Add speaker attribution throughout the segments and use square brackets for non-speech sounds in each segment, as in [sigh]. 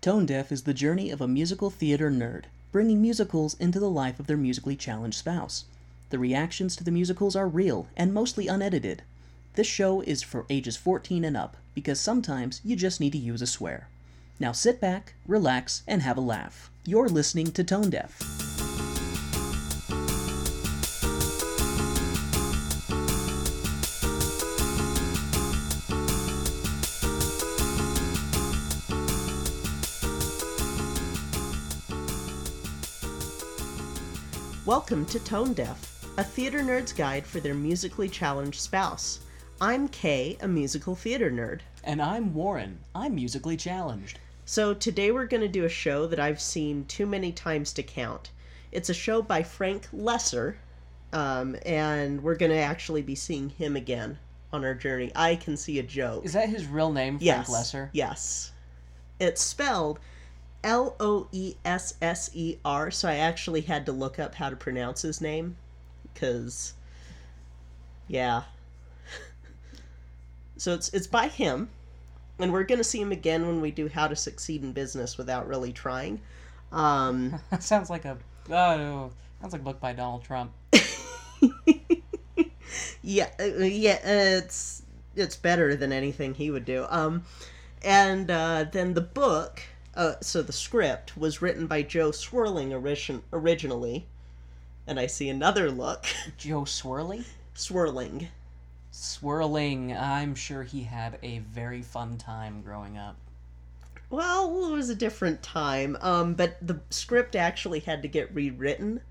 Speaker 1: Tone Deaf is the journey of a musical theater nerd, bringing musicals into the life of their musically challenged spouse. The reactions to the musicals are real and mostly unedited. This show is for ages 14 and up because sometimes you just need to use a swear. Now sit back, relax, and have a laugh. You're listening to Tone Deaf.
Speaker 2: Welcome to Tone Deaf, a theater nerd's guide for their musically challenged spouse. I'm Kay, a musical theater nerd.
Speaker 1: And I'm Warren. I'm musically challenged.
Speaker 2: So today we're going to do a show that I've seen too many times to count. It's a show by Frank Lesser, um, and we're going to actually be seeing him again on our journey. I can see a joke.
Speaker 1: Is that his real name,
Speaker 2: yes.
Speaker 1: Frank Lesser?
Speaker 2: Yes. It's spelled L O E S S E R, so I actually had to look up how to pronounce his name because, yeah. [laughs] so it's it's by him, and we're gonna see him again when we do How to Succeed in Business Without Really Trying. Um,
Speaker 1: [laughs] That sounds like a oh, sounds like a book by Donald Trump.
Speaker 2: yeah, uh, yeah, uh, it's it's better than anything he would do. Um, and uh, then the book, uh, so the script was written by Joe Swirling origin- originally, and I see another look. [laughs]
Speaker 1: Joe Swirly?
Speaker 2: swirling.
Speaker 1: Swirling. I'm sure he had a very fun time growing up.
Speaker 2: Well, it was a different time, um, but the script actually had to get rewritten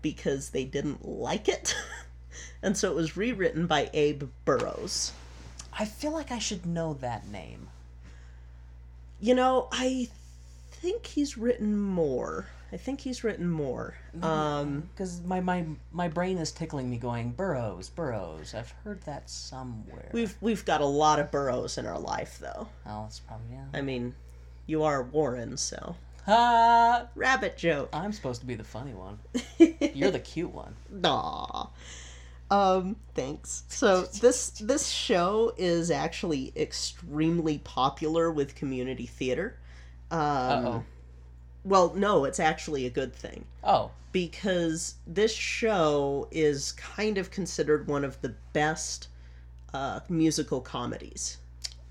Speaker 2: because they didn't like it. [laughs] and so it was rewritten by Abe Burrows.
Speaker 1: I feel like I should know that name.
Speaker 2: You know, I think he's written more. I think he's written more. Um,
Speaker 1: Because my, my my brain is tickling me going, Burrows, Burrows. I've heard that somewhere.
Speaker 2: we've we've got a lot of Burrows in our life, though.
Speaker 1: Oh, that's probably yeah.
Speaker 2: I mean, you are Warren, so
Speaker 1: Ah,
Speaker 2: rabbit joke.
Speaker 1: I'm supposed to be the funny one. You're the cute one.
Speaker 2: Aw. Um, thanks. So this this show is actually extremely popular with community theater. Um,
Speaker 1: Uh-oh.
Speaker 2: Well, no, it's actually a good thing
Speaker 1: Oh.
Speaker 2: because this show is kind of considered one of the best uh, musical comedies.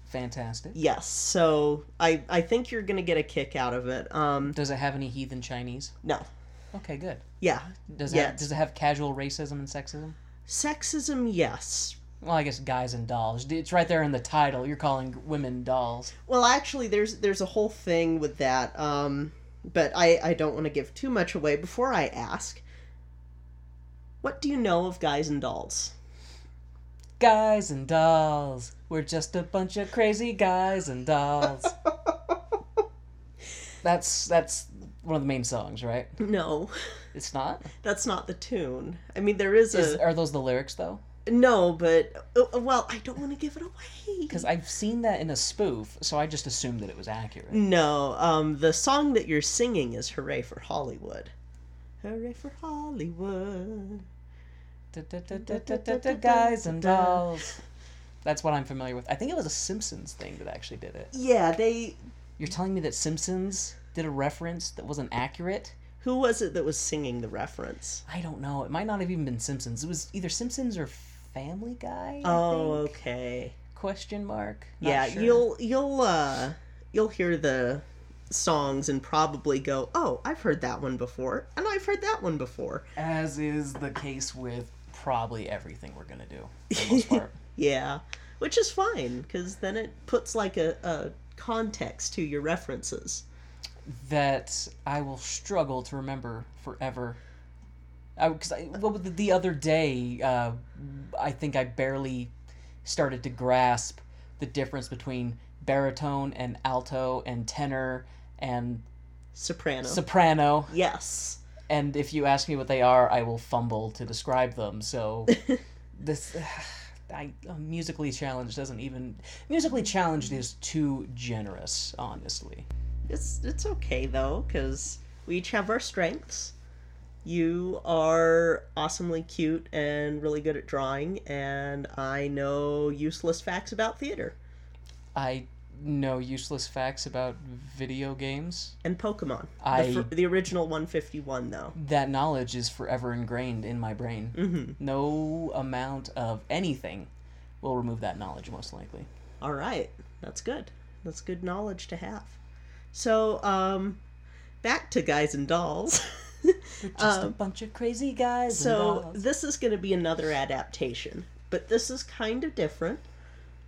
Speaker 1: Fantastic.
Speaker 2: Yes, so I I think you're gonna get a kick out of it. Um,
Speaker 1: Does it have any heathen Chinese?
Speaker 2: no,
Speaker 1: Okay, good.
Speaker 2: yeah,
Speaker 1: Does it have,
Speaker 2: Yes.
Speaker 1: does it have casual racism and sexism?
Speaker 2: sexism, yes,
Speaker 1: Well, I guess guys and dolls. It's right there in the title. You're calling women dolls.
Speaker 2: Well, actually, there's there's a whole thing with that, um, but I I don't want to give too much away. Before I ask, what do you know of guys and dolls?
Speaker 1: Guys and dolls. We're just a bunch of crazy guys and dolls. that's that's one of the main songs, right?
Speaker 2: No, [laughs]
Speaker 1: It's not.
Speaker 2: that's not the tune. I mean, there is a
Speaker 1: Is, are those the lyrics though?
Speaker 2: no, but uh, well, I don't want to give it away.
Speaker 1: Because I've seen that in a spoof, so I just assumed that it was accurate.
Speaker 2: No, um, the song that you're singing is "Hooray for Hollywood." Hooray for Hollywood.
Speaker 1: Guys and dolls. That's what I'm familiar with. I think it was a Simpsons thing that actually did it.
Speaker 2: Yeah, they.
Speaker 1: You're telling me that Simpsons did a reference that wasn't accurate?
Speaker 2: Who was it that was singing the reference?
Speaker 1: I don't know. It might not have even been Simpsons. It was either Simpsons or Family Guy. I
Speaker 2: Oh,
Speaker 1: think?
Speaker 2: okay.
Speaker 1: Question mark. Not
Speaker 2: yeah
Speaker 1: sure.
Speaker 2: you'll you'll uh you'll hear the songs and probably go oh i've heard that one before and i've heard that one before
Speaker 1: As is the case with probably everything we're gonna do. For the
Speaker 2: [laughs]
Speaker 1: most part.
Speaker 2: yeah which is fine because then it puts like a, a context to your references
Speaker 1: that I will struggle to remember forever. Because I, well, the, the other day, uh, I think I barely started to grasp the difference between baritone and alto and tenor and
Speaker 2: soprano
Speaker 1: soprano.
Speaker 2: yes
Speaker 1: And if you ask me what they are, I will fumble to describe them.
Speaker 2: [laughs]
Speaker 1: So this. [sighs] I, musically challenged doesn't even musically challenged is too generous honestly
Speaker 2: it's it's okay though because we each have our strengths you are awesomely cute and really good at drawing and i know useless facts about theater
Speaker 1: I know useless facts about video games.
Speaker 2: and Pokemon.
Speaker 1: I-
Speaker 2: the, fir- the original 151 though.
Speaker 1: That knowledge is forever ingrained in my brain.
Speaker 2: Mhm.
Speaker 1: No amount of anything will remove that knowledge, most likely.
Speaker 2: All right, that's good. That's good knowledge to have. So, um, back to guys and dolls. [laughs]
Speaker 1: Just a
Speaker 2: Um,
Speaker 1: bunch of crazy guys. and
Speaker 2: so
Speaker 1: dolls.
Speaker 2: this is going to be another adaptation, but this is kind of different.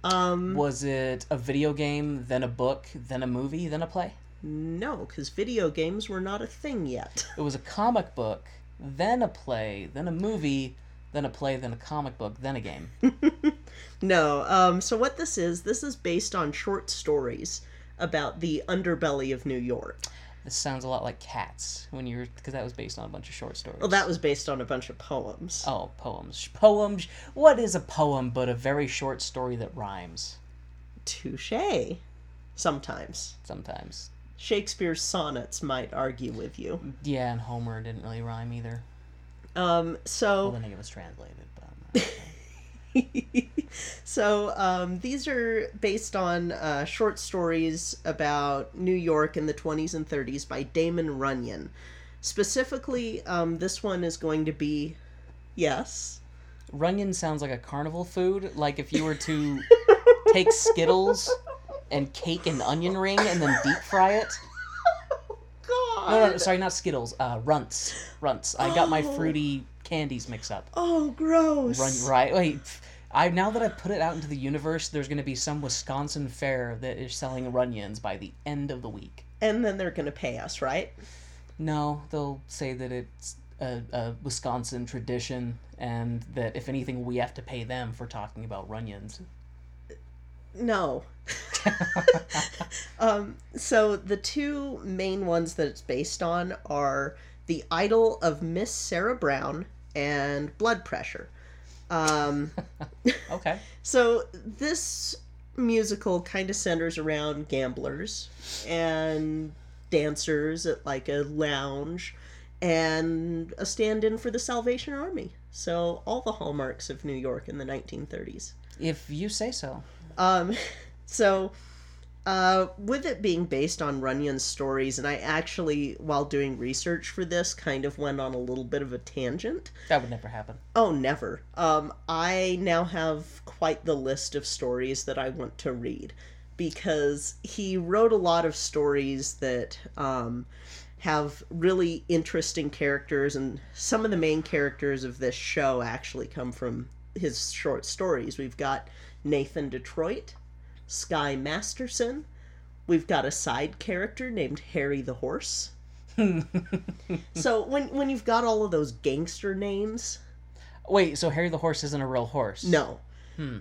Speaker 2: Um,
Speaker 1: was it a video game, then a book, then a movie, then a play?
Speaker 2: no, because video games were not a thing yet. [laughs]
Speaker 1: It was a comic book, then a play, then a movie, then a play, then a comic book, then a
Speaker 2: [laughs]
Speaker 1: game.
Speaker 2: No. Um, so what this is, this is based on short stories about the underbelly of New York.
Speaker 1: This sounds a lot like Cats when you're because that was based on a bunch of short stories.
Speaker 2: Well, that was based on a bunch of poems.
Speaker 1: oh poems, poems. What is a poem but a very short story that rhymes?
Speaker 2: Touche. Sometimes.
Speaker 1: Sometimes.
Speaker 2: Shakespeare's sonnets might argue with you.
Speaker 1: Yeah, and Homer didn't really rhyme either.
Speaker 2: Um,
Speaker 1: Well,
Speaker 2: so,
Speaker 1: then it was translated, but
Speaker 2: [laughs] so um, these are based on uh, short stories about New York in the 20s and 30s by Damon Runyon. Specifically, um, this one is going to be yes.
Speaker 1: Runyon sounds like a carnival food. Like if you were
Speaker 2: [laughs]
Speaker 1: to take Skittles and cake an onion ring and then deep fry it.
Speaker 2: God.
Speaker 1: No, no, no, sorry, not Skittles. Uh, runts, runts. I got my
Speaker 2: Oh.
Speaker 1: fruity candies mixed up.
Speaker 2: Oh, gross.
Speaker 1: Run right. Wait, I now that I put it out into the universe, there's going to be some Wisconsin fair that is selling Runyons by the end of the week.
Speaker 2: And then they're going to pay us, right?
Speaker 1: No, they'll say that it's a, a Wisconsin tradition, and that if anything, we have to pay them for talking about Runyons.
Speaker 2: No. um, so the two main ones that it's based on are the idol of Miss Sarah Brown and blood pressure. Um,
Speaker 1: Okay.
Speaker 2: so this musical kind of centers around gamblers and dancers at like a lounge and a stand-in for the Salvation Army. So all the hallmarks of New York in the 1930s.
Speaker 1: If you say so.
Speaker 2: Um, so, uh, with it being based on Runyon's stories, and I actually, while doing research for this, kind of went on a little bit of a tangent.
Speaker 1: That would never happen.
Speaker 2: Oh, never. Um, I now have quite the list of stories that I want to read because he wrote a lot of stories that um, have really interesting characters, and some of the main characters of this show actually come from his short stories. We've got Nathan Detroit, Sky Masterson, we've got a side character named Harry the Horse. so when when you've got all of those gangster names,
Speaker 1: Wait, so Harry the horse isn't a real horse?
Speaker 2: no.
Speaker 1: Hmm.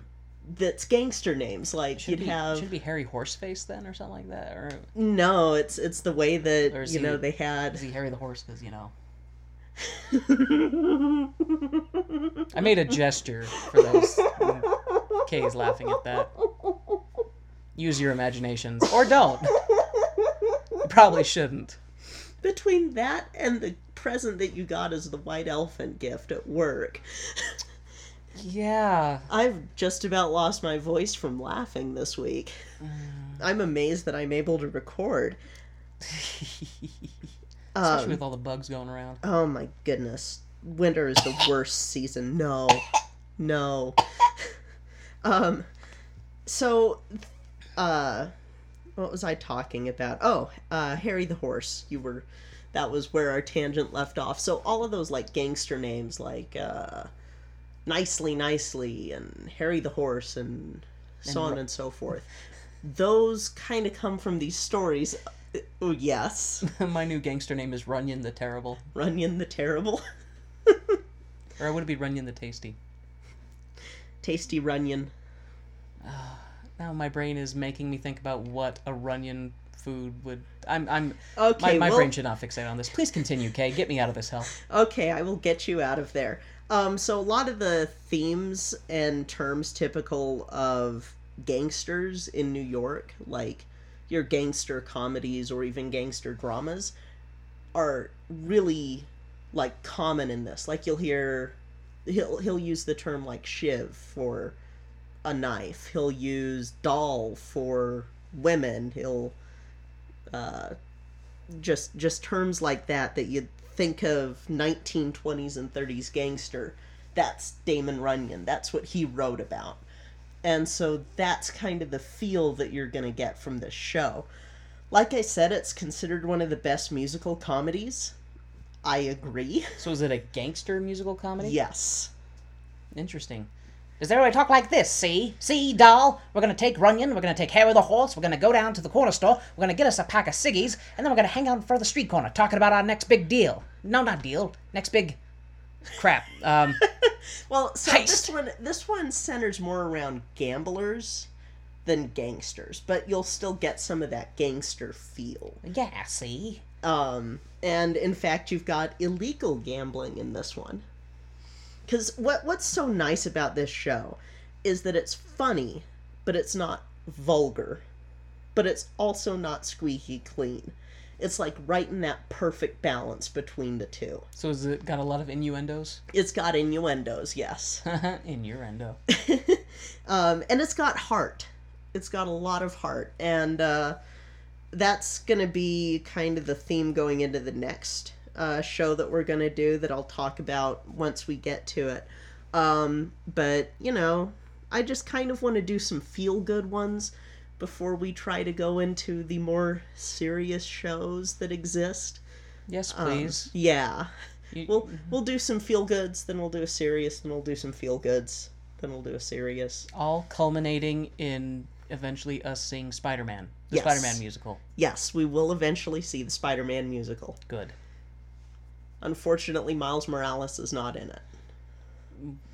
Speaker 2: That's gangster names. Like
Speaker 1: Should
Speaker 2: you'd
Speaker 1: be,
Speaker 2: have
Speaker 1: should be Harry Horseface then, or something like that, or
Speaker 2: no. It's it's the way that
Speaker 1: Or is
Speaker 2: you
Speaker 1: he-
Speaker 2: know they
Speaker 1: is
Speaker 2: had.
Speaker 1: he Harry the horse? Because you
Speaker 2: [laughs]
Speaker 1: know, I made a gesture for
Speaker 2: [laughs]
Speaker 1: those. Kay's laughing at that. Use your imaginations, or don't. Probably shouldn't.
Speaker 2: Between that and the present that you got as the white elephant gift at work,
Speaker 1: [laughs] Yeah.
Speaker 2: I've just about lost my voice from laughing this week.
Speaker 1: Mm.
Speaker 2: I'm amazed that I'm able to record.
Speaker 1: Especially
Speaker 2: Um,
Speaker 1: with all the bugs going around. [laughs]
Speaker 2: Oh my goodness. Winter is the worst season. No. No. [laughs] um so uh what was I talking about? Oh, uh Harry the horse. You were that was where our tangent left off. So all of those like gangster names like uh Nicely Nicely and Harry the horse and
Speaker 1: And
Speaker 2: so on
Speaker 1: Ro-
Speaker 2: and so forth. Those kind of come from these stories. Oh, yes. [laughs]
Speaker 1: My new gangster name is Runyon the Terrible,
Speaker 2: Runyon the Terrible.
Speaker 1: or would it be Runyon the Tasty?
Speaker 2: Tasty Runyon.
Speaker 1: Now my brain is making me think about what a Runyon food would. I'm. I'm. My,
Speaker 2: Okay,
Speaker 1: my
Speaker 2: well,
Speaker 1: brain should not fixate on this. Please continue, Kay. Get me out of this hell.
Speaker 2: okay, I will get you out of there. Um, so a lot of the themes and terms typical of gangsters in New York, like your gangster comedies or even gangster dramas, are really like common in this. Like you'll hear, he'll he'll use the term like shiv for a knife. He'll use doll for women. He'll uh, just just terms like that that you'd think of 1920s and 30s gangster. That's Damon Runyon. That's what he wrote about. And so that's kind of the feel that you're going to get from this show. Like I said, it's considered one of the best musical comedies. I agree. [laughs]
Speaker 1: So is it a gangster musical comedy?
Speaker 2: Yes.
Speaker 1: Interesting. Does everybody talk like this? See? See, doll? We're gonna take Runyon, we're gonna take Harry the Horse, we're gonna go down to the corner store, we're gonna get us a pack of ciggies, and then we're gonna hang out in front of the street corner talking about our next big deal. No, not deal. Next big crap.
Speaker 2: [laughs]
Speaker 1: Um,
Speaker 2: Well, so this
Speaker 1: Heist.
Speaker 2: one this one centers more around gamblers than gangsters, but you'll still get some of that gangster feel.
Speaker 1: yeah, see?
Speaker 2: Um, and in fact, you've got illegal gambling in this one. Because what what's so nice about this show is that it's funny, but it's not vulgar, but it's also not squeaky clean. It's like right in that perfect balance between the two.
Speaker 1: So has it got a lot of innuendos? [laughs]
Speaker 2: It's got innuendos, yes,
Speaker 1: Innuendo.
Speaker 2: um, and it's got heart. It's got a lot of heart, and uh, that's going to be kind of the theme going into the next uh, show that we're going to do that I'll talk about once we get to it. Um, but, you know, I just kind of want to do some feel good ones before we try to go into the more serious shows that exist.
Speaker 1: Yes,
Speaker 2: [laughs] Um,
Speaker 1: please.
Speaker 2: yeah.
Speaker 1: You-
Speaker 2: We'll we'll do some feel goods, then we'll do a serious, then we'll do some feel goods, then we'll do a serious.
Speaker 1: all culminating in eventually us seeing Spider-Man, the
Speaker 2: Yes.
Speaker 1: Spider-Man musical.
Speaker 2: Yes, we will eventually see the Spider-Man musical.
Speaker 1: Good.
Speaker 2: Unfortunately, Miles Morales is not in it.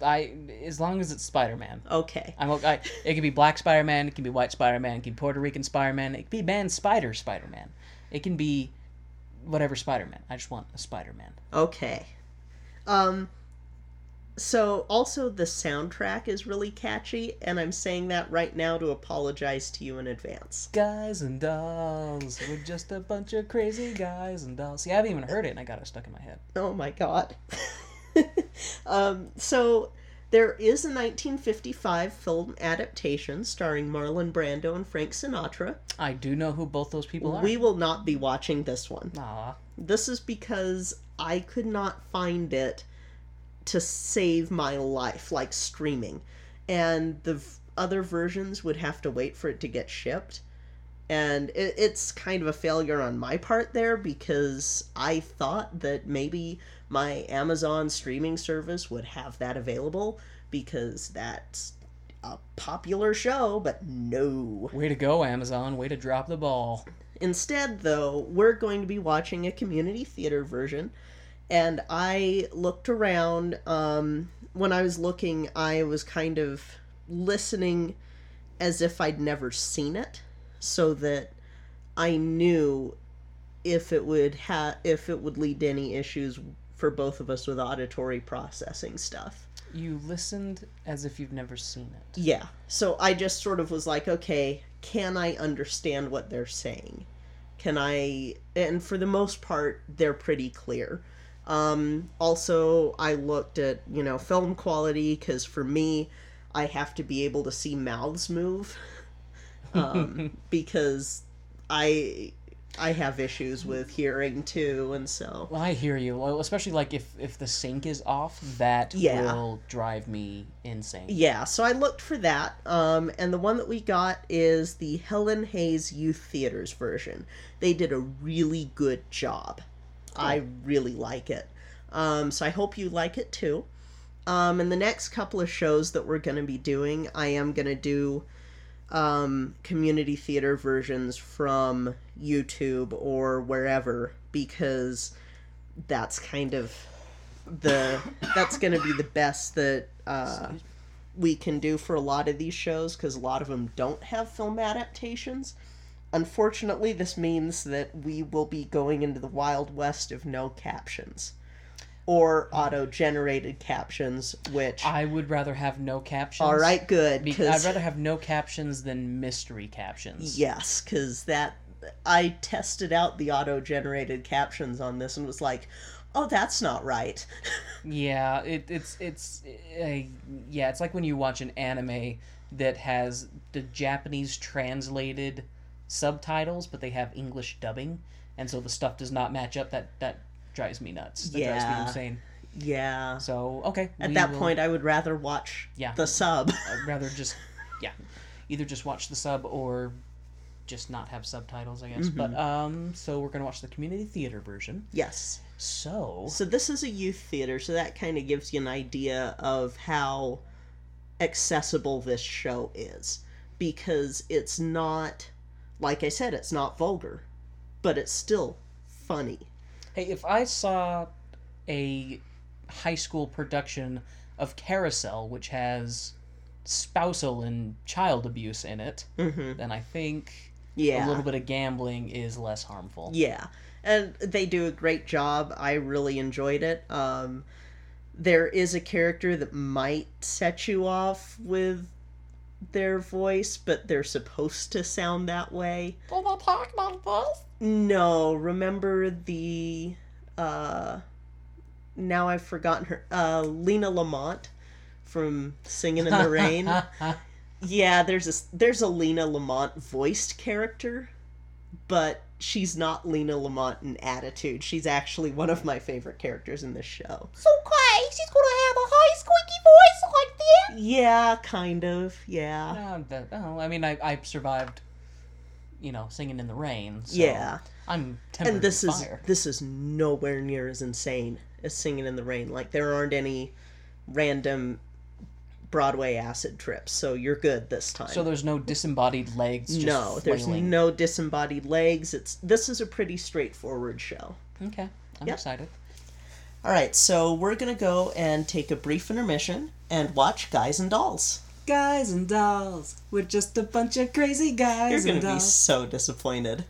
Speaker 1: I as long as it's Spider-Man.
Speaker 2: Okay.
Speaker 1: I'm okay. It can be black Spider-Man, it can be white Spider-Man, it can be Puerto Rican Spider-Man, it can be man spider Spider-Man. It can be whatever Spider-Man. I just want a Spider-Man.
Speaker 2: Okay. Um so also the soundtrack is really catchy and I'm saying that right now to apologize to you in advance.
Speaker 1: Guys and dolls, we're just a bunch of crazy guys and dolls. See, I haven't even heard it, and I got it stuck in my head.
Speaker 2: Oh my god. [laughs] um, so there is a 1955 film adaptation starring Marlon Brando and Frank Sinatra.
Speaker 1: I do know who both those people are.
Speaker 2: We will not be watching this one.
Speaker 1: Aw,
Speaker 2: This is because I could not find it to save my life, like streaming. And the v- other versions would have to wait for it to get shipped. And it, it's kind of a failure on my part there because I thought that maybe my Amazon streaming service would have that available because that's a popular show, but no.
Speaker 1: way to go, Amazon! Way to drop the ball.
Speaker 2: Instead, though, we're going to be watching a community theater version. And I looked around. Um, when I was looking, I was kind of listening as if I'd never seen it, so that I knew if it would ha- if it would lead to any issues for both of us with auditory processing stuff.
Speaker 1: You listened as if you've never seen it.
Speaker 2: Yeah. So I just sort of was like, okay, can I understand what they're saying? Can I and for the most part they're pretty clear. Um also I looked at, you know, film quality cuz for me I have to be able to see mouths move. [laughs] Um because I I have issues with hearing too and so
Speaker 1: Well, I hear you, Well, especially like if if the sync is off, that
Speaker 2: Yeah.
Speaker 1: will drive me insane.
Speaker 2: Yeah, so I looked for that, um, and the one that we got is the Helen Hayes Youth Theater's version. They did a really good job. I really like it. Um, so I hope you like it too. Um, and the next couple of shows that we're going to be doing, I am going to do um, community theater versions from YouTube or wherever because that's kind of the that's going to be the best that uh, we can do for a lot of these shows because a lot of them don't have film adaptations. Unfortunately, this means that we will be going into the wild west of no captions or auto generated captions, which.
Speaker 1: I would rather have no captions.
Speaker 2: all right, good.
Speaker 1: Be-
Speaker 2: 'cause-
Speaker 1: I'd rather have no captions than mystery captions.
Speaker 2: Yes, because that I tested out the auto-generated captions on this and was like, "Oh, that's not right." [laughs]
Speaker 1: Yeah, it, it's it's uh, yeah, it's like when you watch an anime that has the Japanese translated subtitles, but they have English dubbing, and so the stuff does not match up. That that drives me nuts. That drives me
Speaker 2: Yeah.
Speaker 1: insane.
Speaker 2: Yeah.
Speaker 1: So okay.
Speaker 2: At
Speaker 1: we
Speaker 2: that
Speaker 1: will-
Speaker 2: point, I would rather watch
Speaker 1: Yeah.
Speaker 2: the sub. [laughs]
Speaker 1: I'd rather just yeah, either just watch the sub or just not have subtitles, I
Speaker 2: Mm-hmm.
Speaker 1: guess. But um, so we're gonna watch the community theater version.
Speaker 2: yes.
Speaker 1: So
Speaker 2: So this is a youth theater, so that kind of gives you an idea of how accessible this show is because it's not like I said it's not vulgar, but it's still funny.
Speaker 1: hey, if I saw a high school production of Carousel, which has spousal and child abuse in it,
Speaker 2: Mhm.
Speaker 1: then I think
Speaker 2: Yeah.
Speaker 1: a little bit of gambling is less harmful.
Speaker 2: Yeah, and they do a great job. I really enjoyed it. Um, there is a character that might set you off with their voice, but they're supposed to sound that way.
Speaker 3: Did they talk about this?
Speaker 2: No, remember the uh, now I've forgotten her. Uh, Lena Lamont from Singing in
Speaker 1: [laughs]
Speaker 2: the Rain.
Speaker 1: Uh,
Speaker 2: Yeah, there's a there's a Lena Lamont voiced character, but she's not Lena Lamont in attitude. She's actually one of my favorite characters in this show.
Speaker 3: It's okay. She's gonna have a high squeaky voice like that.
Speaker 2: Yeah, kind of. Yeah.
Speaker 1: No, that- no, I mean I, I survived, you know, singing in the rain. So
Speaker 2: yeah.
Speaker 1: I'm tempered
Speaker 2: And this
Speaker 1: with
Speaker 2: is
Speaker 1: fire.
Speaker 2: this is nowhere near as insane as Singing in the Rain. Like there aren't any random Broadway acid trips, so you're good this time.
Speaker 1: So there's no disembodied legs. Just
Speaker 2: no, there's
Speaker 1: flailing.
Speaker 2: no disembodied legs. It's this is a pretty straightforward show.
Speaker 1: Okay, I'm
Speaker 2: Yep.
Speaker 1: excited.
Speaker 2: All right, so we're going to go and take a brief intermission and watch Guys and Dolls.
Speaker 4: Guys and dolls, we're just a bunch of crazy
Speaker 2: You're
Speaker 4: guys
Speaker 2: going
Speaker 4: and
Speaker 2: to be
Speaker 4: dolls.
Speaker 2: so disappointed.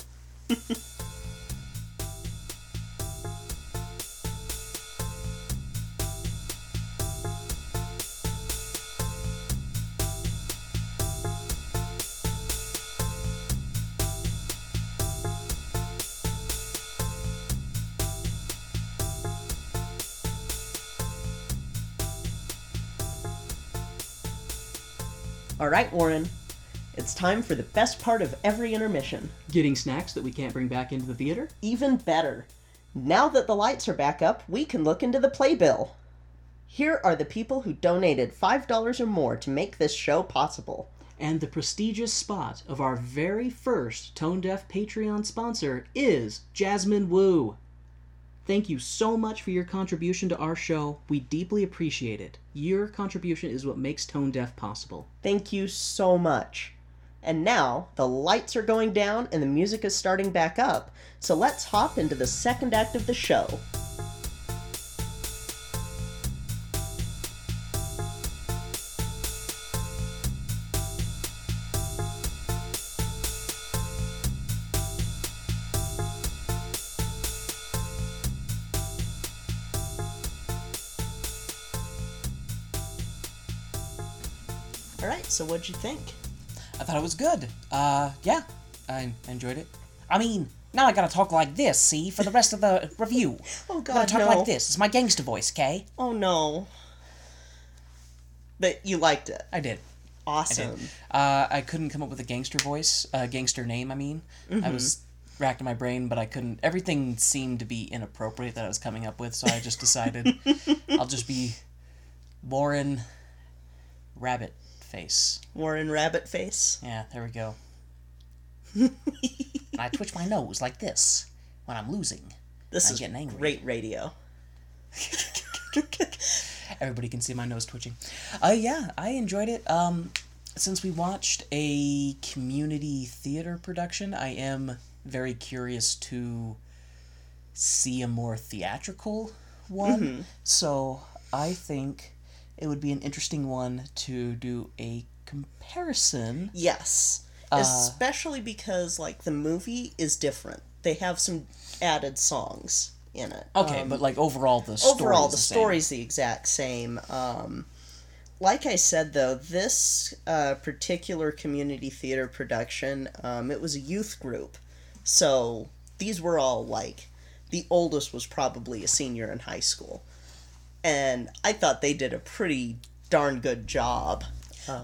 Speaker 2: All right, Warren. It's time for the best part of every intermission.
Speaker 1: Getting snacks that we can't bring back into the theater.
Speaker 2: Even better. Now that the lights are back up, we can look into the playbill. Here are the people who donated $5 or more to make this show possible.
Speaker 1: And the prestigious spot of our very first Tone Deaf Patreon sponsor is Jasmine Wu. Thank you so much for your contribution to our show. We deeply appreciate it. Your contribution is what makes Tone Deaf possible.
Speaker 2: Thank you so much. And now the lights are going down and the music is starting back up, so let's hop into the second act of the show. All right, so what'd you think?
Speaker 3: I thought it was good. Uh, yeah, I enjoyed it. I mean, now I gotta talk like this, see, for the rest of the review.
Speaker 2: Oh
Speaker 3: I gotta
Speaker 2: God,
Speaker 3: talk
Speaker 2: no!
Speaker 3: like this. It's my gangster voice, okay?
Speaker 2: Oh no! But you liked it.
Speaker 3: I did.
Speaker 2: Awesome.
Speaker 3: Uh, I couldn't come up with a gangster voice, uh, gangster name. I mean, I was racking my brain, but I couldn't. Everything seemed to be inappropriate that I was coming up with, so I just decided I'll just be Warren Rabbit Face.
Speaker 2: Warren Rabbit Face.
Speaker 3: Yeah, there we go. And I twitch my nose like this when I'm losing.
Speaker 2: This
Speaker 3: I'm
Speaker 2: is
Speaker 3: getting angry.
Speaker 2: great radio.
Speaker 3: [laughs] Everybody can see my nose twitching. Uh, yeah, I enjoyed it. Um, since we watched a community theater production, I am very curious to see a more theatrical one. So I think it would be an interesting one to do a comparison.
Speaker 2: Yes.
Speaker 3: Uh.
Speaker 2: Especially because like the movie is different. They have some added songs in it.
Speaker 3: Okay, but like Um, overall, the story
Speaker 2: overall
Speaker 3: is
Speaker 2: the
Speaker 3: same.
Speaker 2: story's the exact same um, like i said though this uh, particular community theater production um, it was a youth group so these were all like the oldest was probably a senior in high school and i thought they did a pretty darn good job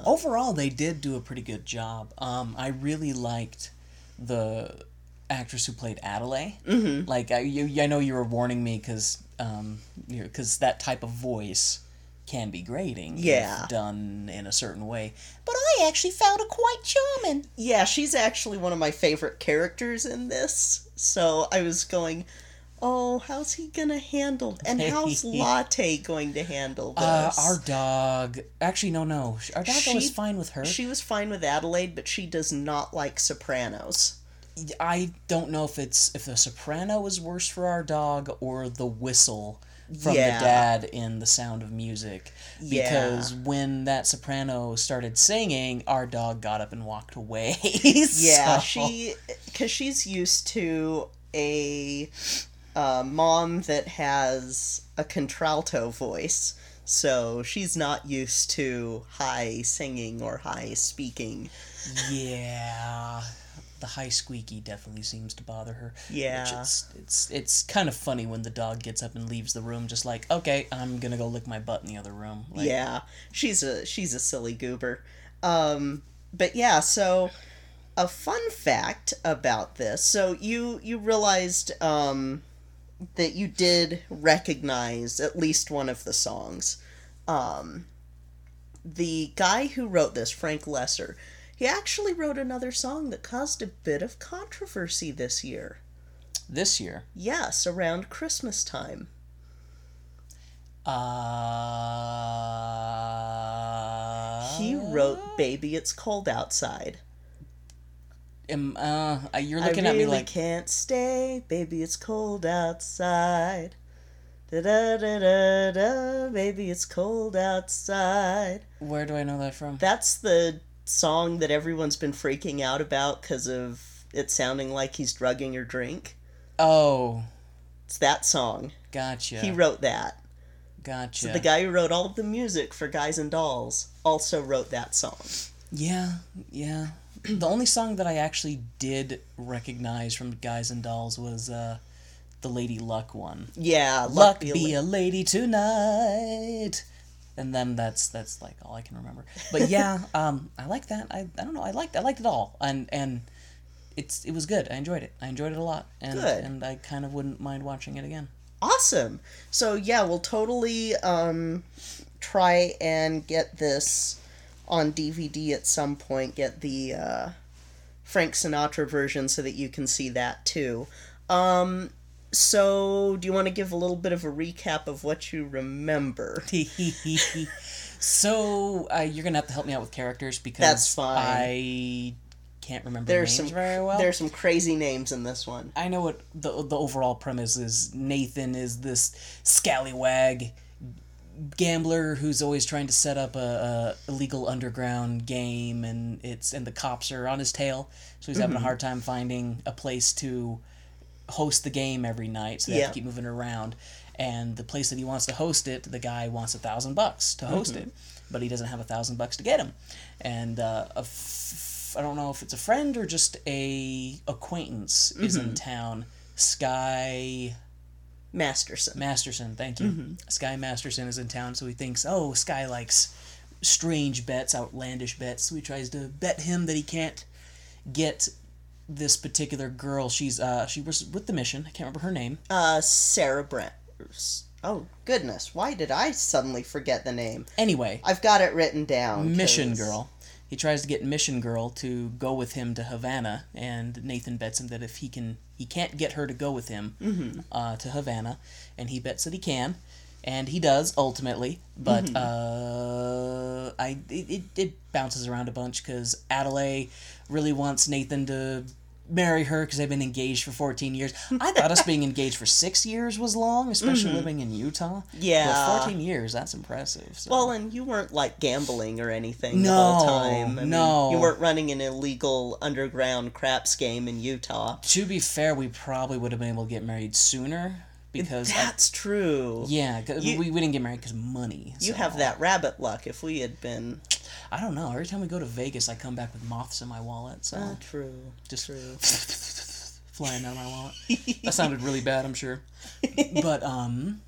Speaker 3: overall they did do a pretty good job um, i really liked
Speaker 1: the actress who played Adelaide. Mm-hmm. Like I, you, I know you were warning me because um, because that type of voice can be grating. if
Speaker 2: Yeah.
Speaker 1: done in a certain way. But I actually found it quite charming.
Speaker 2: Yeah, she's actually one of my favorite characters in this. So I was going, oh, how's he gonna handle? And how's Latte going to handle this?
Speaker 1: Uh, our dog. Actually, no, no. Sh- Our dog
Speaker 2: She-
Speaker 1: was fine with her.
Speaker 2: She was fine with Adelaide, but she does not like Sopranos.
Speaker 1: I don't know if it's if the soprano was worse for our dog or the whistle from
Speaker 2: Yeah.
Speaker 1: the dad in the sound of music because when that soprano started singing our dog got up and walked away [laughs]
Speaker 2: Yeah,
Speaker 1: So-
Speaker 2: [laughs] she because she's used to a uh, mom that has a contralto voice, so she's not used to high singing or high speaking.
Speaker 1: yeah the high squeaky definitely seems to bother her
Speaker 2: Yeah.
Speaker 1: Which it's it's it's kind of funny when the dog gets up and leaves the room just like okay i'm gonna go lick my butt in the other room like,
Speaker 2: yeah, she's a she's a silly goober. Um, but yeah, so a fun fact about this. So you you realized um, that you did recognize at least one of the songs. Um, the guy who wrote this, Frank Lesser, he actually wrote another song that caused a bit of controversy this year.
Speaker 1: this year
Speaker 2: Yes, around Christmas time.
Speaker 1: uh
Speaker 2: He wrote "Baby, It's Cold Outside."
Speaker 1: Am, uh, uh, you're
Speaker 2: I
Speaker 1: looking
Speaker 2: really
Speaker 1: at me like
Speaker 2: can't stay, baby. It's cold outside. Da da da da da, baby. It's cold outside.
Speaker 1: where do I know that from?
Speaker 2: That's the song that everyone's been freaking out about because of it sounding like he's drugging or drink.
Speaker 1: oh,
Speaker 2: It's that song.
Speaker 1: gotcha.
Speaker 2: He wrote that.
Speaker 1: gotcha.
Speaker 2: The guy who wrote all of the music for Guys and Dolls also wrote that song.
Speaker 1: yeah, yeah. [clears throat] the only song that I actually did recognize from Guys and Dolls was uh, the Lady Luck one.
Speaker 2: Yeah,
Speaker 1: Luck be a lady tonight. And then that's that's like all I can remember. But
Speaker 2: [laughs]
Speaker 1: yeah, um, I like that. I, I don't know. I liked I liked it all, and and it's it was good. I enjoyed it. I enjoyed it a lot, and
Speaker 2: Good.
Speaker 1: and I kind of wouldn't mind watching it again.
Speaker 2: awesome so yeah we'll totally um try and get this on dvd at some point get the uh frank sinatra version so that you can see that too um so do you want to give a little bit of a recap of what you remember
Speaker 1: [laughs] so uh, you're gonna have to help me out with characters because
Speaker 2: That's fine.
Speaker 1: I can't remember
Speaker 2: there's
Speaker 1: names
Speaker 2: some
Speaker 1: very well.
Speaker 2: there's some crazy names in this one
Speaker 1: I know what the the overall premise is. Nathan is this scallywag gambler who's always trying to set up a, a illegal underground game, and it's and the cops are on his tail, so he's having a hard time finding a place to host the game every night. So they have to
Speaker 2: Yeah.
Speaker 1: keep moving around, and the place that he wants to host it, the guy wants a thousand bucks to host it, but he doesn't have a thousand bucks to get him, and uh, a f- I don't know if it's a friend or just a acquaintance is in town. Sky
Speaker 2: masterson
Speaker 1: Masterson, thank you. Sky Masterson is in town, so he thinks, oh, Sky likes strange bets, outlandish bets. So he tries to bet him that he can't get this particular girl. She's uh, she was with the mission. I can't remember her name.
Speaker 2: uh sarah brent oh goodness why did i suddenly forget the name
Speaker 1: Anyway,
Speaker 2: i've got it written down
Speaker 1: Mission
Speaker 2: 'cause-
Speaker 1: Girl. He tries to get Mission Girl to go with him to Havana, and Nathan bets him that if he can, he can't get her to go with him uh, to Havana, and he bets that he can, and he does ultimately. But uh, I it, it, it bounces around a bunch because Adelaide really wants Nathan to marry her because they've been engaged for 14 years. I thought us being engaged for six years was long, especially living in Utah.
Speaker 2: Yeah.
Speaker 1: but 14 years—that's impressive. so-
Speaker 2: Well, and you weren't like gambling or anything the
Speaker 1: No,
Speaker 2: whole time. I mean,
Speaker 1: no.
Speaker 2: you weren't running an illegal underground craps game in Utah.
Speaker 1: to be fair, we probably would have been able to get married sooner because I-
Speaker 2: That's true.
Speaker 1: yeah, 'cause
Speaker 2: You-
Speaker 1: we, we didn't get married because money.
Speaker 2: You
Speaker 1: so-
Speaker 2: have that rabbit luck. If we had been
Speaker 1: I don't know. Every time we go to Vegas, I come back with moths in my wallet. So
Speaker 2: Ah, true,
Speaker 1: just flying out of my wallet. That sounded really bad, I'm sure. But um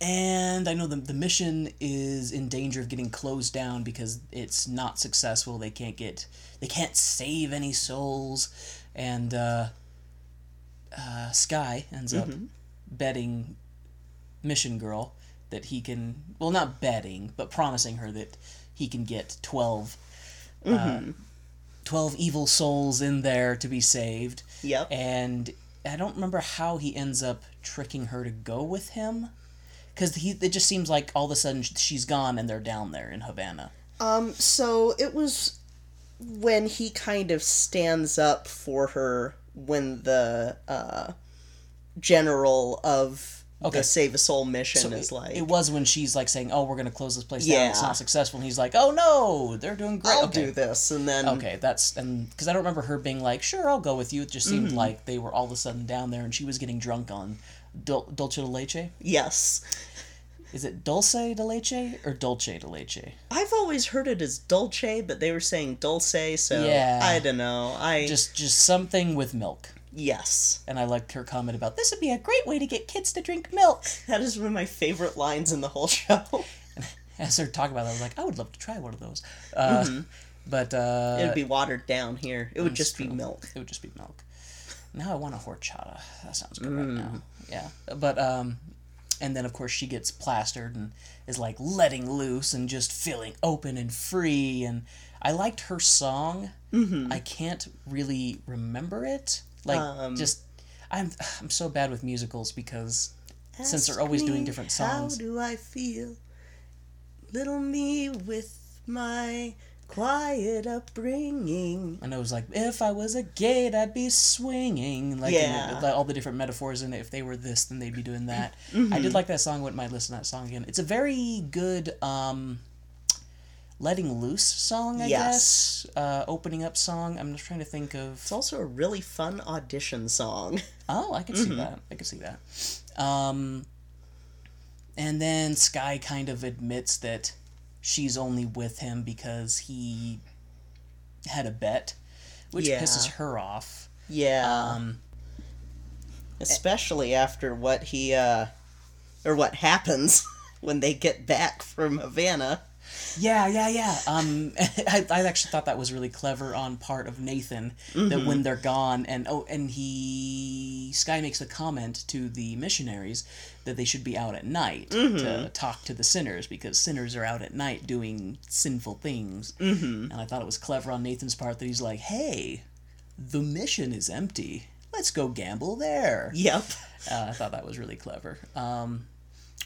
Speaker 1: and I know the the mission is in danger of getting closed down because it's not successful. They can't get they can't save any souls and uh, uh, Sky ends up betting Mission Girl that he can well not betting but promising her that he can get 12 uh, 12 evil souls in there to be saved
Speaker 2: Yep.
Speaker 1: and I don't remember how he ends up tricking her to go with him because he it just seems like all of a sudden sh- she's gone and they're down there in Havana
Speaker 2: Um, so it was when he kind of stands up for her when the uh, general of
Speaker 1: Okay.
Speaker 2: the Save a Soul mission
Speaker 1: So
Speaker 2: is
Speaker 1: it-
Speaker 2: like,
Speaker 1: it was when she's like saying, "Oh, we're gonna close this place down. It's
Speaker 2: Yeah.
Speaker 1: not successful." And he's like, "Oh no, they're doing great.
Speaker 2: I'll
Speaker 1: okay.
Speaker 2: do this. And then,
Speaker 1: Okay, that's and because I don't remember her being like, "Sure, I'll go with you." It just seemed
Speaker 2: Mm-hmm.
Speaker 1: like they were all of a sudden down there, and she was getting drunk on dul- dulce de leche.
Speaker 2: yes.
Speaker 1: Is it dulce de leche or dulce de leche?
Speaker 2: I've always heard it as Dulce, but they were saying Dulce, so
Speaker 1: Yeah.
Speaker 2: I don't know. I,
Speaker 1: Just just something with milk.
Speaker 2: yes.
Speaker 1: And I liked her comment about this would be a great way to get kids to drink milk. [laughs]
Speaker 2: That is one of my favorite lines in the whole [laughs] show.
Speaker 1: As they're talking about, it, I was like, I would love to try one of those. Uh,
Speaker 2: Mm-hmm.
Speaker 1: But uh,
Speaker 2: It would be watered down here. It would just be
Speaker 1: true.
Speaker 2: milk.
Speaker 1: It would just be milk. Now I want a horchata. That sounds good right
Speaker 2: Mm.
Speaker 1: now. Yeah, but um, and then of course she gets plastered and is like letting loose and just feeling open and free. And I liked her song.
Speaker 2: Mm-hmm.
Speaker 1: I can't really remember it. Like
Speaker 2: Um,
Speaker 1: just, I'm [sighs] I'm so bad with musicals because since they're always doing different songs.
Speaker 2: How do I feel? Little me with my quiet upbringing.
Speaker 1: And it was like, if I was a gate, I'd be swinging. Like, and
Speaker 2: Yeah.
Speaker 1: it- like, all the different metaphors in it. If they were this, then they'd be doing
Speaker 2: [laughs]
Speaker 1: that.
Speaker 2: Mm-hmm.
Speaker 1: I did like that song. Wouldn't mind listening to that song again. It's a very good um, letting loose song, I
Speaker 2: Yes.
Speaker 1: guess. Uh, opening up song. I'm just trying to think
Speaker 2: It's
Speaker 1: of.
Speaker 2: also a really fun audition song.
Speaker 1: Oh, I can
Speaker 2: Mm-hmm.
Speaker 1: see that. I can see that. Um, and then Sky kind of admits that she's only with him because he had a bet, which
Speaker 2: Yeah.
Speaker 1: pisses her off.
Speaker 2: Yeah.
Speaker 1: Um,
Speaker 2: Especially after what he, uh, or what happens [laughs] when they get back from Havana.
Speaker 1: Yeah, yeah, yeah. Um, [laughs] I, I actually thought that was really clever on part of Nathan that when they're gone and oh, and he Sky makes the comment to the missionaries that they should be out at night to talk to the sinners because sinners are out at night doing sinful things. Mm-hmm. And I thought it was clever on Nathan's part that he's like, "Hey, the mission is empty. Let's go gamble there."
Speaker 2: Yep.
Speaker 1: Uh, I thought that was really clever. Um,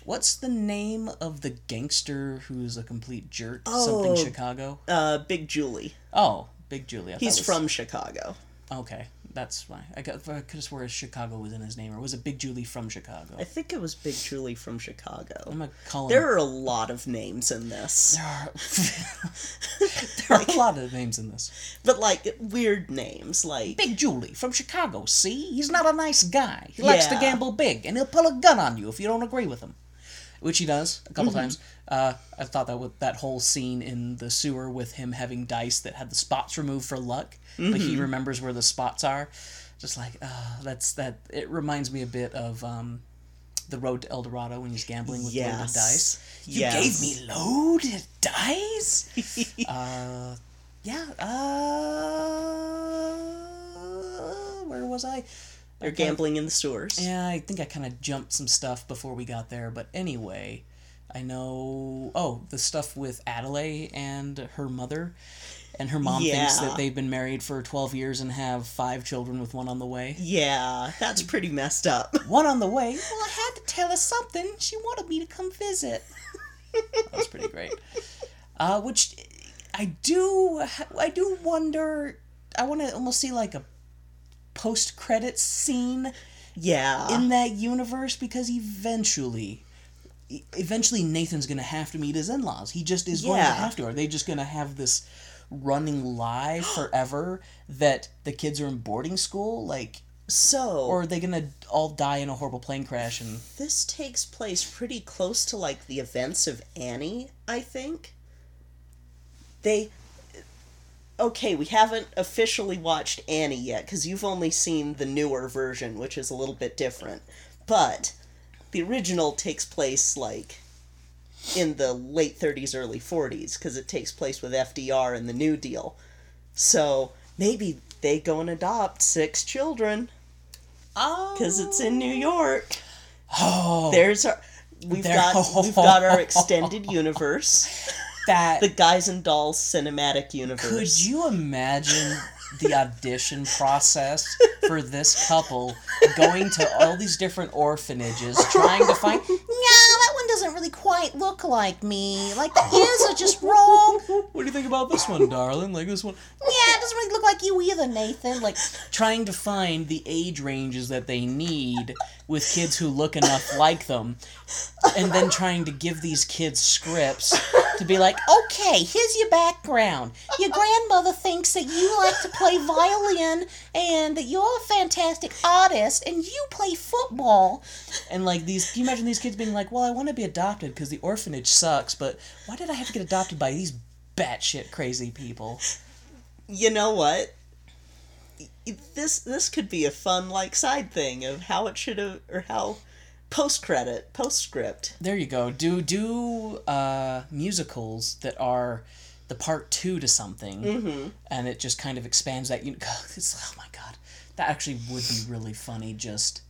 Speaker 1: what's the name of the gangster who's a complete jerk?
Speaker 2: Oh.
Speaker 1: Something Chicago.
Speaker 2: Uh, Big Julie.
Speaker 1: Oh, Big Julia.
Speaker 2: He's from Chicago.
Speaker 1: Okay, that's fine. I got. I could have swore Chicago was in his name, or was it Big Julie from Chicago?
Speaker 2: I think it was Big Julie from Chicago.
Speaker 1: I'm gonna call him.
Speaker 2: There are a lot of names in this,
Speaker 1: [laughs] there are,
Speaker 2: [laughs]
Speaker 1: there are a lot of names in this.
Speaker 2: but like weird names, like
Speaker 1: Big Julie from Chicago. See, he's not a nice guy. He likes to
Speaker 2: Yeah.
Speaker 1: gamble big, and he'll pull a gun on you if you don't agree with him. Which he does a
Speaker 2: Mm-hmm.
Speaker 1: couple times. Uh, I thought that with that whole scene in the sewer with him having dice that had the spots removed for luck, but
Speaker 2: Mm-hmm.
Speaker 1: he remembers where the spots are. Just like uh, that's that. It reminds me a bit of um, the Road to El Dorado when he's gambling with loaded
Speaker 2: Yes.
Speaker 1: dice. You gave
Speaker 2: Yes.
Speaker 1: me loaded dice. Uh, yeah. Uh, where was I? Uh,
Speaker 2: they're gambling in the sewers.
Speaker 1: Yeah, I think I kind of jumped some stuff before we got there, but anyway, I know. Oh, the stuff with Adelaide and her mother, and her mom thinks
Speaker 2: Yeah.
Speaker 1: that they've been married for twelve years and have five children with one on the way.
Speaker 2: Yeah, that's pretty messed up.
Speaker 1: One on the way. Well, I had to tell her something. She wanted me to come visit. [laughs] that was pretty great. Uh, which I do, I do wonder. I want to almost see like a post credits scene
Speaker 2: Yeah.
Speaker 1: in that universe because eventually e- eventually Nathan's going to have to meet his in-laws. He just is going to
Speaker 2: Yeah.
Speaker 1: have to. Are they just going to have this running lie forever that the kids are in boarding school like
Speaker 2: so,
Speaker 1: or are they going to all die in a horrible plane crash and
Speaker 2: this takes place pretty close to like the events of Annie, I think. They Okay, we haven't officially watched Annie yet cuz you've only seen the newer version, which is a little bit different. But the original takes place like in the late 30s early 40s cuz it takes place with FDR and the New Deal. So, maybe they go and adopt six children
Speaker 1: Oh,
Speaker 2: because it's in New York.
Speaker 1: oh
Speaker 2: There's our we've
Speaker 1: There- [laughs]
Speaker 2: got we've got our extended universe,
Speaker 1: that
Speaker 2: the guys and dolls cinematic
Speaker 1: Could
Speaker 2: universe.
Speaker 1: you imagine the audition process for this couple going to all these different orphanages trying to find
Speaker 3: No, that one doesn't really quite look like me. Like the ears are just wrong.
Speaker 1: what do you think about this one darling like this one
Speaker 3: Yeah, it doesn't really look like you either, Nathan. Like,
Speaker 1: trying to find the age ranges that they need with kids who look enough like them and then trying to give these kids scripts to be like okay here's your background
Speaker 3: your grandmother thinks that you like to play violin and that you're a fantastic artist and you play football.
Speaker 1: And like these, can you imagine these kids being like, "Well, I want to be adopted because the orphanage sucks, but why did I have to get adopted by these batshit crazy people?"
Speaker 2: [laughs] You know what? This this could be a fun like side thing of how it should have or how post credit postscript.
Speaker 1: There you go. Do do uh, musicals that are the part two to something, and it just kind of expands that. You, [laughs] it's oh my god, that actually would be really funny. Just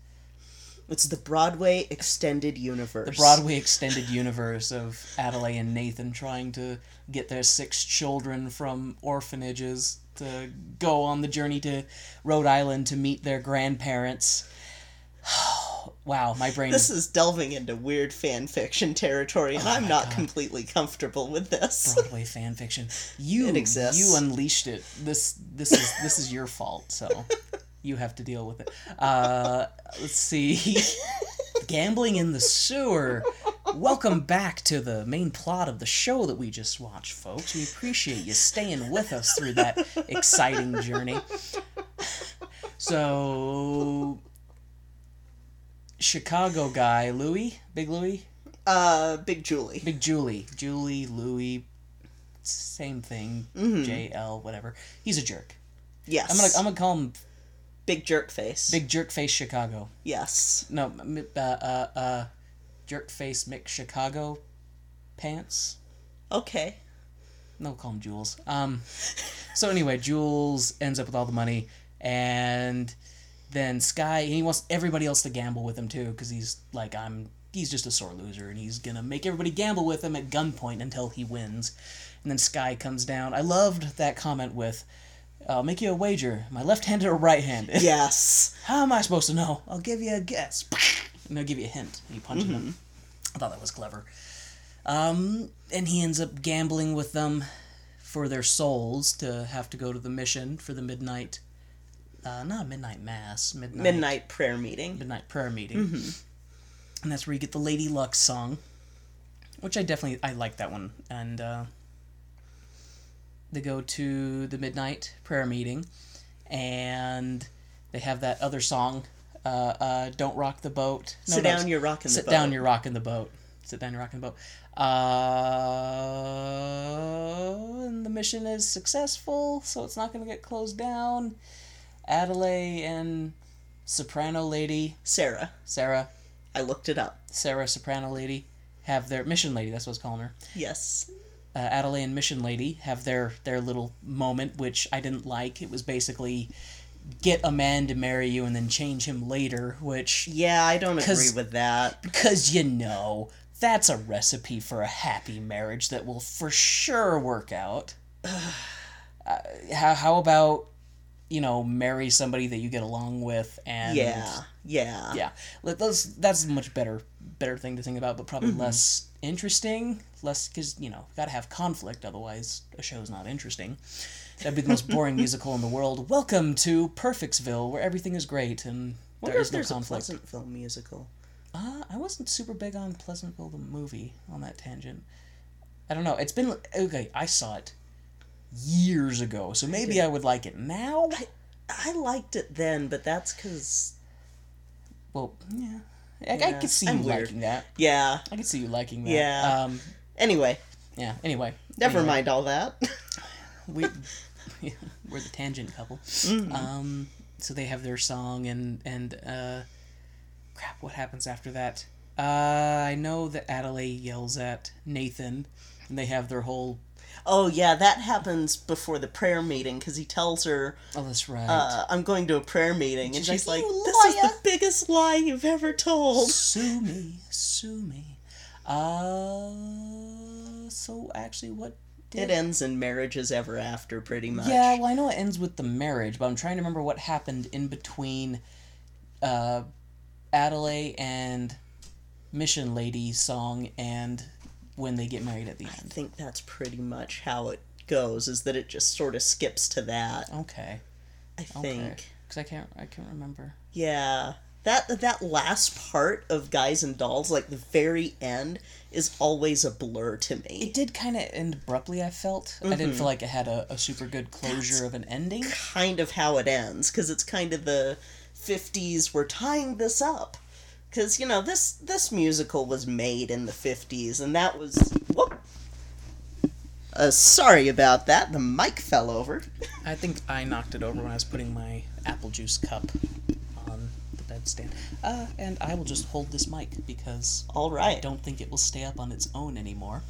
Speaker 2: It's the Broadway extended universe.
Speaker 1: the Broadway extended universe of Adelaide and Nathan trying to get their six children from orphanages to go on the journey to Rhode Island to meet their grandparents. [sighs] wow, my brain
Speaker 2: This
Speaker 1: is
Speaker 2: is delving into weird fan fiction territory,
Speaker 1: Oh
Speaker 2: and I'm not completely comfortable with this.
Speaker 1: Broadway fan fiction. You
Speaker 2: It exists.
Speaker 1: you unleashed it. This this is this is your fault.
Speaker 2: [laughs]
Speaker 1: So you have to deal with it. Uh, let's see. [laughs] Gambling in the sewer. Welcome back to the main plot of the show that we just watched, folks. We appreciate you staying with us through that exciting journey. So, Chicago guy, Louie, Big Louie,
Speaker 2: Uh, Big Julie.
Speaker 1: Big Julie. Julie, Louie, same thing. JL, whatever. He's a jerk.
Speaker 2: Yes.
Speaker 1: I'm gonna I'm gonna call him
Speaker 2: Big jerk face.
Speaker 1: Big Jerk Face Chicago.
Speaker 2: Yes.
Speaker 1: No, m- uh, uh, uh, Jerk Face Mick Chicago pants.
Speaker 2: Okay.
Speaker 1: No, call him Jules. Um, so anyway, Jules ends up with all the money, and then Sky and he wants everybody else to gamble with him too, because he's like, I'm he's just a sore loser, and he's gonna make everybody gamble with him at gunpoint until he wins. And then Sky comes down. I loved that comment with, "I'll make you a wager. My left handed or right [laughs] handed?
Speaker 2: Yes.
Speaker 1: How am I supposed to know? I'll give you a guess. [laughs] And I'll give you a hint. And you punch him. I thought that was clever. Um, and he ends up gambling with them for their souls to have to go to the mission for the midnight. Uh, not midnight mass. Midnight.
Speaker 2: [laughs] Midnight prayer meeting.
Speaker 1: Midnight prayer meeting.
Speaker 2: Mm-hmm.
Speaker 1: And that's where you get the Lady Luck song, which I definitely I like that one. And uh, they go to the midnight prayer meeting, and they have that other song, uh, uh, "Don't Rock the Boat." No,
Speaker 2: Sit
Speaker 1: no,
Speaker 2: down, you're rocking the
Speaker 1: Sit
Speaker 2: boat.
Speaker 1: down, you're rocking the boat. Sit down, you're rocking the boat. Uh, and the mission is successful, so it's not going to get closed down. Adelaide and Soprano Lady,
Speaker 2: Sarah.
Speaker 1: Sarah,
Speaker 2: I looked it up.
Speaker 1: Sarah Soprano Lady, have their mission lady. That's what I was calling her.
Speaker 2: Yes.
Speaker 1: Uh, Adelaide and Mission Lady have their their little moment, which I didn't like. It was basically get a man to marry you and then change him later, which
Speaker 2: Yeah, I don't agree
Speaker 1: 'Cause-
Speaker 2: with that.
Speaker 1: Because you know, that's a recipe for a happy marriage that will for sure work out. [sighs] uh, how, how about, you know, marry somebody that you get along with and.
Speaker 2: [clears throat] Yeah. Yeah.
Speaker 1: Yeah. Let- That's, that's a much better better thing to think about, but
Speaker 2: Mm-hmm.
Speaker 1: probably less interesting. Less, because, you know, gotta have conflict, otherwise a show's not interesting. That'd be the most
Speaker 2: [laughs]
Speaker 1: boring musical in the world. Welcome to Perfectsville, where everything is great and there
Speaker 2: Wonder if
Speaker 1: is no
Speaker 2: there's a
Speaker 1: conflict.
Speaker 2: Pleasantville musical.
Speaker 1: Uh, I wasn't super big on Pleasantville the movie on that tangent. I don't know. It's been okay. I saw it years ago, so maybe I would like it now.
Speaker 2: I liked it then, but that's because.
Speaker 1: Well, yeah, I, I
Speaker 2: Yeah,
Speaker 1: could see
Speaker 2: I'm
Speaker 1: you
Speaker 2: weird.
Speaker 1: liking that.
Speaker 2: Yeah.
Speaker 1: I could see you liking that.
Speaker 2: Yeah.
Speaker 1: Um.
Speaker 2: Anyway,
Speaker 1: Yeah. Anyway.
Speaker 2: never
Speaker 1: anyway,
Speaker 2: mind all that. [laughs]
Speaker 1: We [laughs] yeah, we're the tangent couple.
Speaker 2: Mm-hmm.
Speaker 1: Um. So they have their song and and uh, crap. What happens after that? Uh, I know that Adelaide yells at Nathan, and they have their whole
Speaker 2: Oh yeah, that happens before the prayer meeting because he tells her,
Speaker 1: Oh, that's right.
Speaker 2: uh, "I'm going to a prayer meeting," and she's, like,
Speaker 1: like, "You
Speaker 2: "This is
Speaker 1: liar."
Speaker 2: the biggest lie you've ever told."
Speaker 1: sue me, sue me. Uh, so actually, what did
Speaker 2: It ends in marriages ever after, pretty much.
Speaker 1: Yeah, well, I know it ends with the marriage, but I'm trying to remember what happened in between uh, Adelaide and Mission Lady song and when they get married at the
Speaker 2: I
Speaker 1: end.
Speaker 2: think that's pretty much how it goes. Is that it just sort of skips to that?
Speaker 1: Okay.
Speaker 2: I think.
Speaker 1: Because I can't, I can't remember.
Speaker 2: Yeah. That that last part of Guys and Dolls, like the very end, is always a blur to me.
Speaker 1: It did kind of end abruptly. I felt. I didn't feel like it had a, a super good closure of an ending.
Speaker 2: Kind of how it ends, because it's kind of the fifties. We're tying this up, because you know this this musical was made in the fifties, and that was whoop. Uh, sorry about that. The mic fell over. [laughs]
Speaker 1: I think I knocked it over when I was putting my apple juice cup on the bedstand. Uh, and I will just hold this mic because
Speaker 2: All right.
Speaker 1: I don't think it will stay up on its own anymore.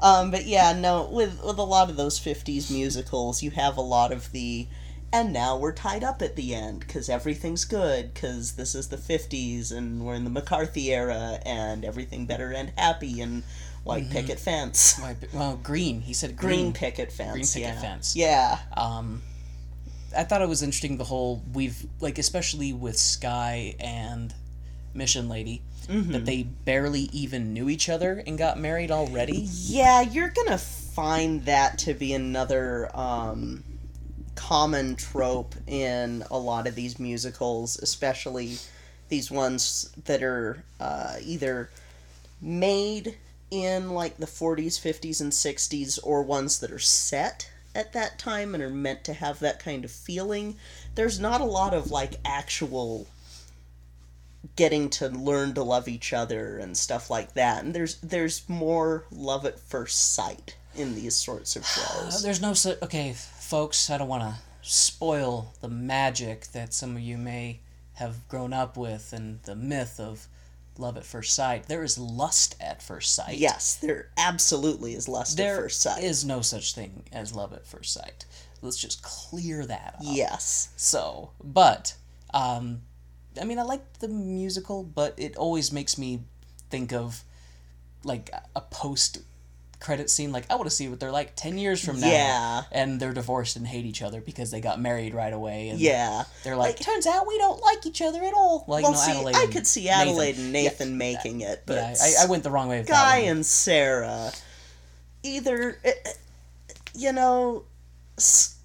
Speaker 2: Um, but yeah, no, with with a lot of those '50s musicals, you have a lot of the, and now we're tied up at the end because everything's good because this is the '50s and we're in the McCarthy era and everything better and happy and white picket fence,
Speaker 1: My, well, green. He said
Speaker 2: green
Speaker 1: Mm-hmm. green.
Speaker 2: picket fence,
Speaker 1: Green picket
Speaker 2: yeah.
Speaker 1: fence.
Speaker 2: yeah,
Speaker 1: Um, I thought it was interesting the whole we've like especially with Sky and Mission Lady that they barely even knew each other and got married already.
Speaker 2: yeah. You're gonna find that to be another um, common trope in a lot of these musicals, especially these ones that are uh, either made in like the 40s, 50s, and 60s, or ones that are set at that time and are meant to have that kind of feeling. There's not a lot of like actual getting to learn to love each other and stuff like that. And there's there's more love at first sight in these sorts of shows.
Speaker 1: Uh, [sighs] There's no su- okay, folks. I don't want to spoil the magic that some of you may have grown up with and the myth of love at first sight. There is lust at first sight.
Speaker 2: Yes, there absolutely is lust
Speaker 1: there
Speaker 2: at first sight.
Speaker 1: is no such thing as love at first sight. Let's just clear that up.
Speaker 2: Yes.
Speaker 1: So, but um, I mean, I like the musical, but it always makes me think of like a post credit scene. Like I want to see what they're like ten years from now.
Speaker 2: Yeah.
Speaker 1: and they're divorced and hate each other because they got married right away. And
Speaker 2: Yeah.
Speaker 1: they're like, turns out we don't like each other at all. Like,
Speaker 2: Well,
Speaker 1: no,
Speaker 2: see,
Speaker 1: Adelaide
Speaker 2: I
Speaker 1: and
Speaker 2: could see
Speaker 1: Nathan.
Speaker 2: Adelaide and
Speaker 1: Yeah,
Speaker 2: Nathan making it, but
Speaker 1: Yeah, I, I went the wrong way. With
Speaker 2: Guy
Speaker 1: that one.
Speaker 2: and Sarah, either eh, eh, you know, s-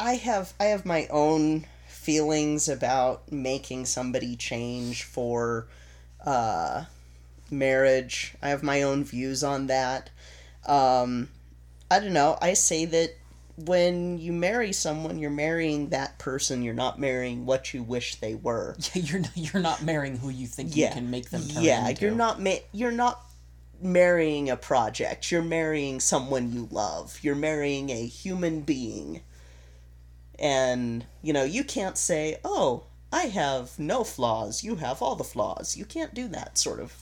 Speaker 2: I have I have my own feelings about making somebody change for uh, marriage. I have my own views on that. Um, I don't know. I say that when you marry someone, you're marrying that person. You're not marrying what you wish they were.
Speaker 1: [laughs] you're not, you're not marrying who you think
Speaker 2: Yeah.
Speaker 1: you can make them turn
Speaker 2: yeah,
Speaker 1: into.
Speaker 2: you're not ma- you're not marrying a project. You're marrying someone you love. You're marrying a human being. And, you know, you can't say, "Oh, I have no flaws. You have all the flaws." You can't do that sort of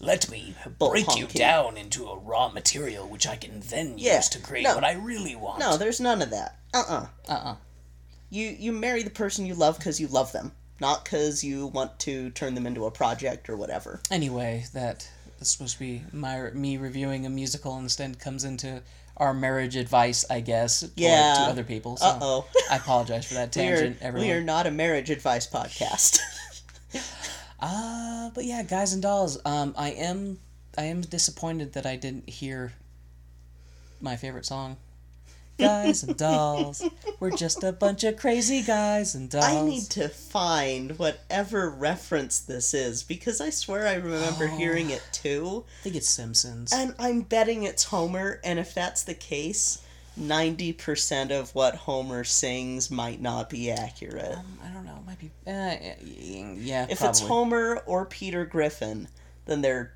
Speaker 1: Let me
Speaker 2: Bull
Speaker 1: break you
Speaker 2: honky.
Speaker 1: down into a raw material which I can then
Speaker 2: Yeah,
Speaker 1: use to create
Speaker 2: no.
Speaker 1: what I really want.
Speaker 2: No, there's none of that. Uh-uh.
Speaker 1: Uh-uh.
Speaker 2: You you marry the person you love cuz you love them, not cuz you want to turn them into a project or whatever.
Speaker 1: Anyway, that is supposed to be my me reviewing a musical instead comes into our marriage advice, I guess, to, like,
Speaker 2: Yeah.
Speaker 1: to other people. So
Speaker 2: Uh-oh. [laughs]
Speaker 1: I apologize for that
Speaker 2: We are,
Speaker 1: tangent, everyone.
Speaker 2: we are not a marriage advice podcast. [laughs]
Speaker 1: Uh, but yeah, guys and dolls. Um, I am I am disappointed that I didn't hear my favorite song. Guys
Speaker 2: [laughs]
Speaker 1: and dolls, we're just a bunch of crazy guys and dolls.
Speaker 2: I need to find whatever reference this is because I swear I remember hearing it too.
Speaker 1: I think it's Simpsons.
Speaker 2: And I'm betting it's Homer, and if that's the case, 90% of what Homer sings might not be accurate.
Speaker 1: I don't know. It might be. Uh, yeah.
Speaker 2: if
Speaker 1: Um, probably.
Speaker 2: it's Homer or Peter Griffin, then they're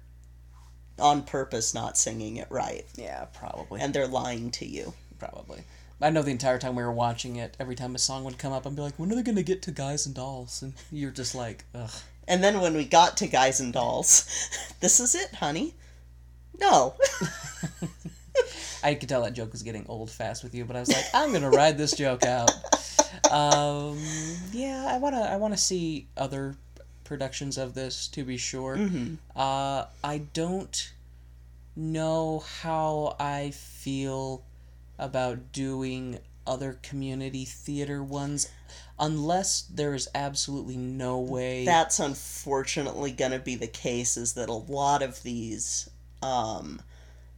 Speaker 2: on purpose not singing it right,
Speaker 1: yeah, probably.
Speaker 2: and they're lying to you.
Speaker 1: probably. I know the entire time we were watching it, every time a song would come up, I'd be like, "When are they gonna get to guys and dolls?" And [laughs] you're just like, "Ugh."
Speaker 2: [laughs] And then when we got to Guys and Dolls, this is it, honey. No. [laughs]
Speaker 1: I could tell that joke was getting old fast with you, but I was like, I'm gonna ride this joke out. Um, yeah, I wanna I wanna see other productions of this to be sure. Uh, I don't know how I feel about doing other community theater ones unless there is absolutely no way
Speaker 2: That's unfortunately going to be the case is that a lot of these um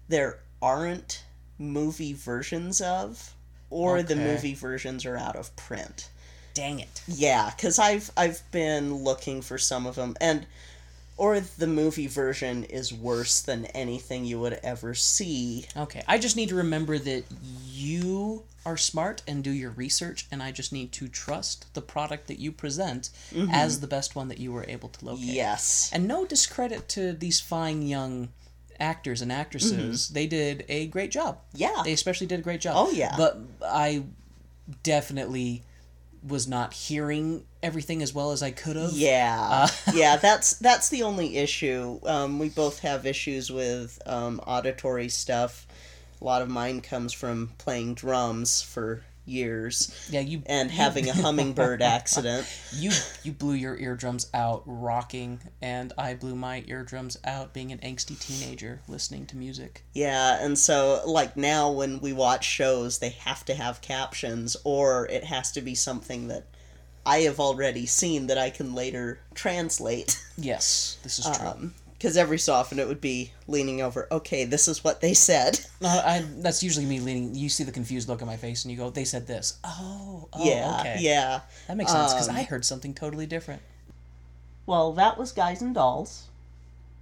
Speaker 2: there aren't movie versions of or the
Speaker 1: Okay.
Speaker 2: movie versions are out of print.
Speaker 1: dang it
Speaker 2: Yeah, cuz I've I've been looking for some of them and or the movie version is worse than anything you would ever see.
Speaker 1: Okay, I just need to remember that you are smart and do your research, and I just need to trust the product that you present as the best one that you were able to locate.
Speaker 2: Yes.
Speaker 1: And no discredit to these fine young actors and actresses. They did a great job.
Speaker 2: Yeah.
Speaker 1: They especially did a great job.
Speaker 2: Oh, yeah.
Speaker 1: But I definitely was not hearing everything as well as I could have.
Speaker 2: Yeah,
Speaker 1: Uh, [laughs]
Speaker 2: yeah. That's that's the only issue. Um, we both have issues with um, auditory stuff. A lot of mine comes from playing drums for years
Speaker 1: Yeah, you
Speaker 2: and having a hummingbird
Speaker 1: [laughs]
Speaker 2: accident.
Speaker 1: you you blew your eardrums out rocking and i blew my eardrums out being an angsty teenager listening to music
Speaker 2: Yeah, and so like now when we watch shows, they have to have captions, or it has to be something that I have already seen that I can later translate. [laughs]
Speaker 1: yes this is
Speaker 2: Um,
Speaker 1: true
Speaker 2: Because every so often it would be leaning over. Okay, this is what they said.
Speaker 1: No, I, that's usually me leaning you see the confused look on my face and you go they said this oh, oh
Speaker 2: yeah,
Speaker 1: okay
Speaker 2: yeah.
Speaker 1: that makes sense because
Speaker 2: Um,
Speaker 1: i heard something totally different
Speaker 2: Well, that was Guys and Dolls.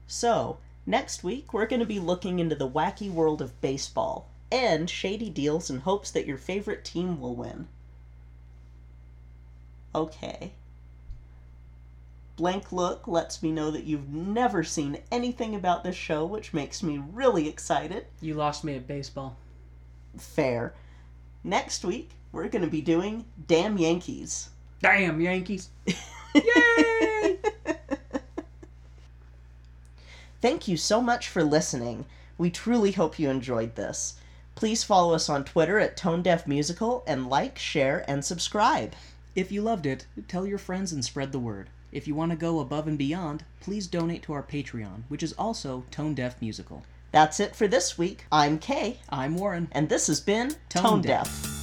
Speaker 2: So, next week we're going to be looking into the wacky world of baseball and shady deals in hopes that your favorite team will win. Okay. Blank Look lets me know that you've never seen anything about this show, which makes me really excited.
Speaker 3: You lost me at baseball.
Speaker 2: Fair. Next week, we're going to be doing Damn Yankees.
Speaker 3: Damn, Yankees.
Speaker 2: Thank you so much for listening. We truly hope you enjoyed this. Please follow us on Twitter at Tone Deaf Musical and like, share, and subscribe.
Speaker 5: If you loved it, tell your friends and spread the word. If you want to go above and beyond, please donate to our Patreon, which is also Tone Deaf Musical.
Speaker 2: That's it for this week. I'm Kay,
Speaker 5: I'm Warren.
Speaker 2: and this has been Tone,
Speaker 5: Tone Deaf.
Speaker 2: Deaf.